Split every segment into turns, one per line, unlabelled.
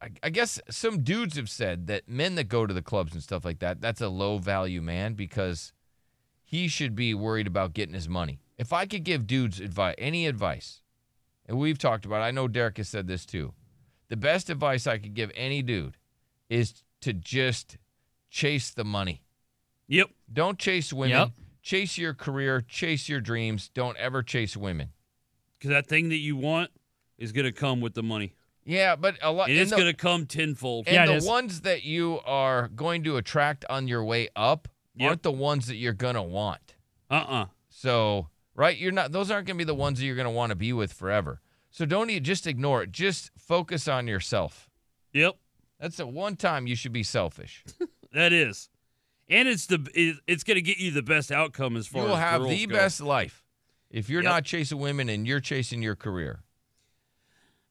I, I guess some dudes have said that men that go to the clubs and stuff like that, that's a low value man because he should be worried about getting his money. If I could give dudes advice, any advice, and we've talked about, it, I know Derek has said this too. The best advice I could give any dude is to just chase the money.
Yep.
Don't chase women.
Yep.
Chase your career, chase your dreams. Don't ever chase women.
Because that thing that you want is going to come with the money.
Yeah, but a lot Uh,
It
and
is
the-
going to come tenfold.
And
Yeah, it
the
is.
ones that you are going to attract on your way up
Yep.
aren't the ones that you're going to want.
Uh-uh.
So, right, you're not those aren't going to be the ones that you're going to want to be with forever. So don't e- just ignore it. Just focus on yourself.
Yep.
That's the one time you should be selfish.
That is. And it's the it- it's going to get you the best outcome as
You
far
will
as
have
girls
the
go.
best life if you're
Yep.
not chasing women and you're chasing your career.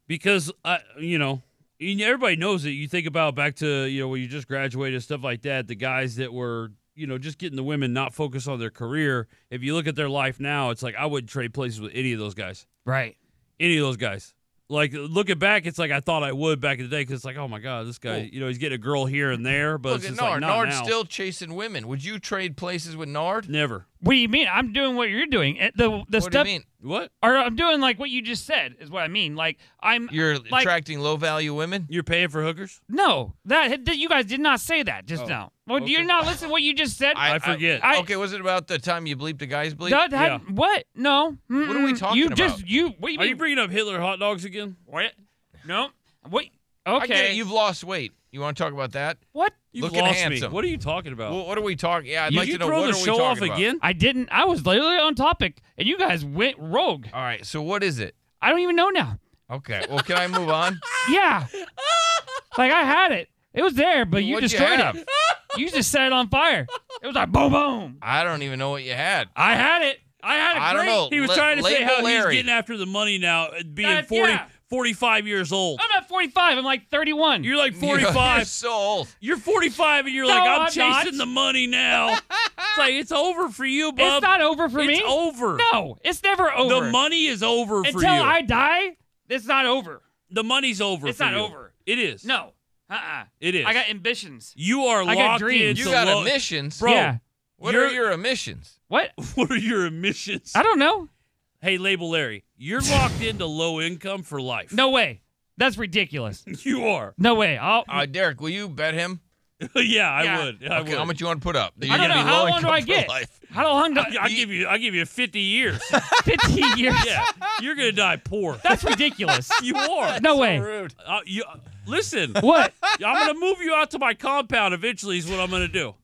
because I, you know, and everybody knows it. You think about back to you know when you just graduated, stuff like that. The guys that were you know just getting the women, not focus on their career. If you look at their life now, it's like I wouldn't trade places with any of those guys.
Right.
Any of those guys. Like looking back, it's like I thought I would back in the day because it's like, oh my god, this guy,
Well-
you know, he's getting a girl here and there, but
Look
it's
at
just
Nard.
like not
Nard's
now.
still chasing women. Would you trade places with Nard?
never.
What do you mean? I'm doing what you're doing. It- The the
what
stuff,
do you mean?
What
or I'm doing like what you just said is what I mean. Like I'm
You're
like-
attracting low value women?
you're paying for hookers?
no that that- you guys did not say that just
Oh,
now. Well,
okay.
you're not listening to what you just said.
I forget.
I-
okay, was it about the time you bleeped a guy's bleep?
That- that- What? No.
are we
Mm-mm.
talking
You
about?
just you. What do you
Are
mean?
you bringing up Hitler hot dogs again?
what? No. Wait.
I get it.
Okay.
You've lost weight. You want to talk about that?
what?
You've
Looking
lost
handsome.
me. What are you talking
Oh.
about?
Well, what are we talking? Yeah, I'd
you
like
you
to know
throw
what
the
are we
show
talking
off
about?
again?
I didn't. I was literally on topic, and you guys went rogue.
All right. So what is it?
I don't even know now.
Okay. Well, can I move on?
Yeah. like I had it. It was there, but you
What'd you
destroyed
have?
it. You just set it on fire. It was like boom, boom.
I don't even know what you had.
I had it. I had it.
I don't
great.
know.
He was
La-
trying to say
label
how
Larry.
he's getting after the money now, uh, being
That's-
40,
yeah.
45 years old.
Oh.
I'm at 45. I'm like 31.
You're like
You're
45.
so old.
You're 45 and you're
No,
like, I'm,
I'm
chasing
not.
the money now. it's like, it's over for you, bub.
it's not over for
It's
me.
over.
No, it's never over.
The money is over
Until
for you.
I die, it's not over.
the money's over
It's
for
not
you.
over.
It is.
No. Uh-uh.
It is.
I got ambitions.
you are
I
locked
got dreams.
into
You got
low-
emissions.
Bro,
Yeah.
what are
you're-
your emissions?
What?
What are your emissions?
I don't know.
Hey, Label Larry, you're locked into low income for life.
No way. That's ridiculous.
You are.
No way. I'll,
Uh, Derek, will you bet him?
yeah, I
Yeah.
would. I
okay,
would.
how much you want to put up? That you're
I don't know.
gonna be
How
low
long do
income
I
for
get?
life.
How long do
I, I give you. I give you 50 years.
50 years?
yeah, you're gonna die poor.
That's ridiculous.
You are.
No way.
Rude.
Uh, you, listen,
What?
I'm gonna move you out to my compound eventually. Is what I'm gonna do.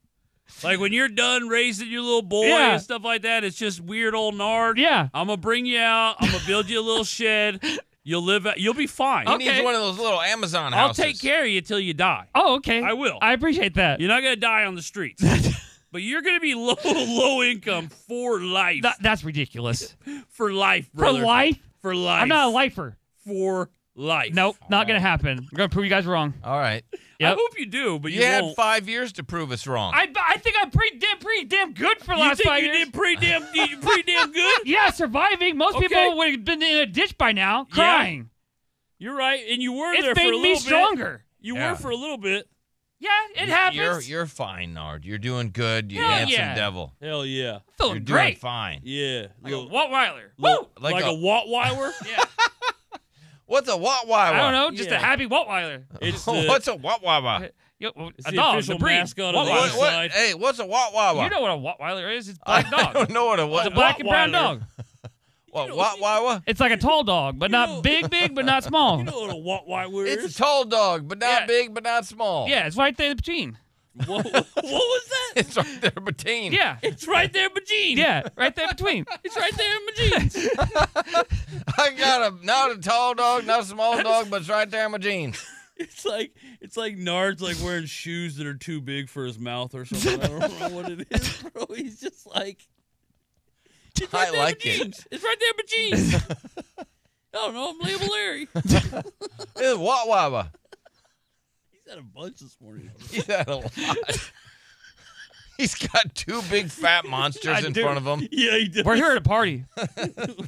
Like when you're done raising your little boy
Yeah.
and stuff like that, it's just weird old nard.
Yeah.
I'm gonna bring you out. I'm gonna build you a little shed. You'll live. Out, you'll be fine.
He needs
Okay.
one of those little Amazon
I'll
houses.
take care of you till you die.
Oh, okay.
I will.
I appreciate that.
You're not gonna die on the streets, but you're gonna be low low income for life.
Th- that's ridiculous.
for life,
For
brother.
life?
For life.
I'm not a lifer.
For life.
Nope, not gonna happen. I'm gonna prove you guys wrong.
All right.
Yep.
I hope you do, but you,
You had
won't.
five years to prove us wrong.
I, I think I'm pretty damn pretty damn good for the
You
last
think
five
you
years.
did pretty damn, you pretty damn good?
yeah, surviving. Most
Okay.
people would have been in a ditch by now, crying.
You're right, and you were there
it's
for a
made
little
me
bit.
stronger.
You
Yeah.
were for a little bit.
Yeah, it
You-
happens.
You're you're fine, Nard. You're doing good. You're
Hell
handsome
yeah.
devil.
Hell yeah,
You're
feeling
doing
great.
fine.
yeah.
Like a
Little-
Rottweiler.
little-
Woo!
Like
Like,
a-
a, Wattweiler.
Yeah.
What's a what?
I don't know, just
Yeah.
a happy Rottweiler.
It's the,
What's a what? Wawa?
Yo, well,
It's
a
the
dog,
official
the breed.
mascot of
What,
the
Rottweiler.
West
what-
side.
hey, what's a what? Wawa?
You know what a Rottweiler is? It's a
I
black dog.
don't know what a what?
It's a black and brown
Rottweiler.
dog.
What, what Wawa?
It's like a tall dog, but
know-
not big, big, but not small.
you know what a Wattweiler
It's
is?
a tall dog, but not
Yeah.
big, but not small.
yeah, it's right there in between.
what, what was that?
It's right there between.
Yeah,
It's right there, Majin.
yeah, right there in between.
It's right there, Majin.
I got a not a tall dog, not a small dog, but it's right there in my jeans.
It's like it's like Nard's like wearing shoes that are too big for his mouth or something. I don't know what it is, bro. He's just like it's
I
right there
like
but
it.
jeans. It's right there, but jeans. I don't know. I'm label Larry. He's
It's what Wawa.
had a bunch this morning.
He's had a lot. He's got two big fat monsters
I
in
do.
front of him,
Yeah, he did.
We're here at a party.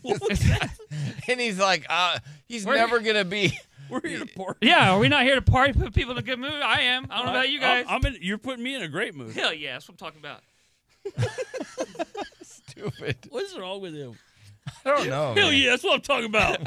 What was that?
and he's like, uh, he's
Where-
never gonna be
We're here to party.
Yeah, are we not here to party, put people in a good mood? I am. I don't know about you guys.
I'm, I'm in, you're putting me in a great mood.
Hell yeah, that's what I'm talking about.
Stupid.
What is wrong with him?
I don't know.
Hell
man.
yeah, that's what I'm talking about.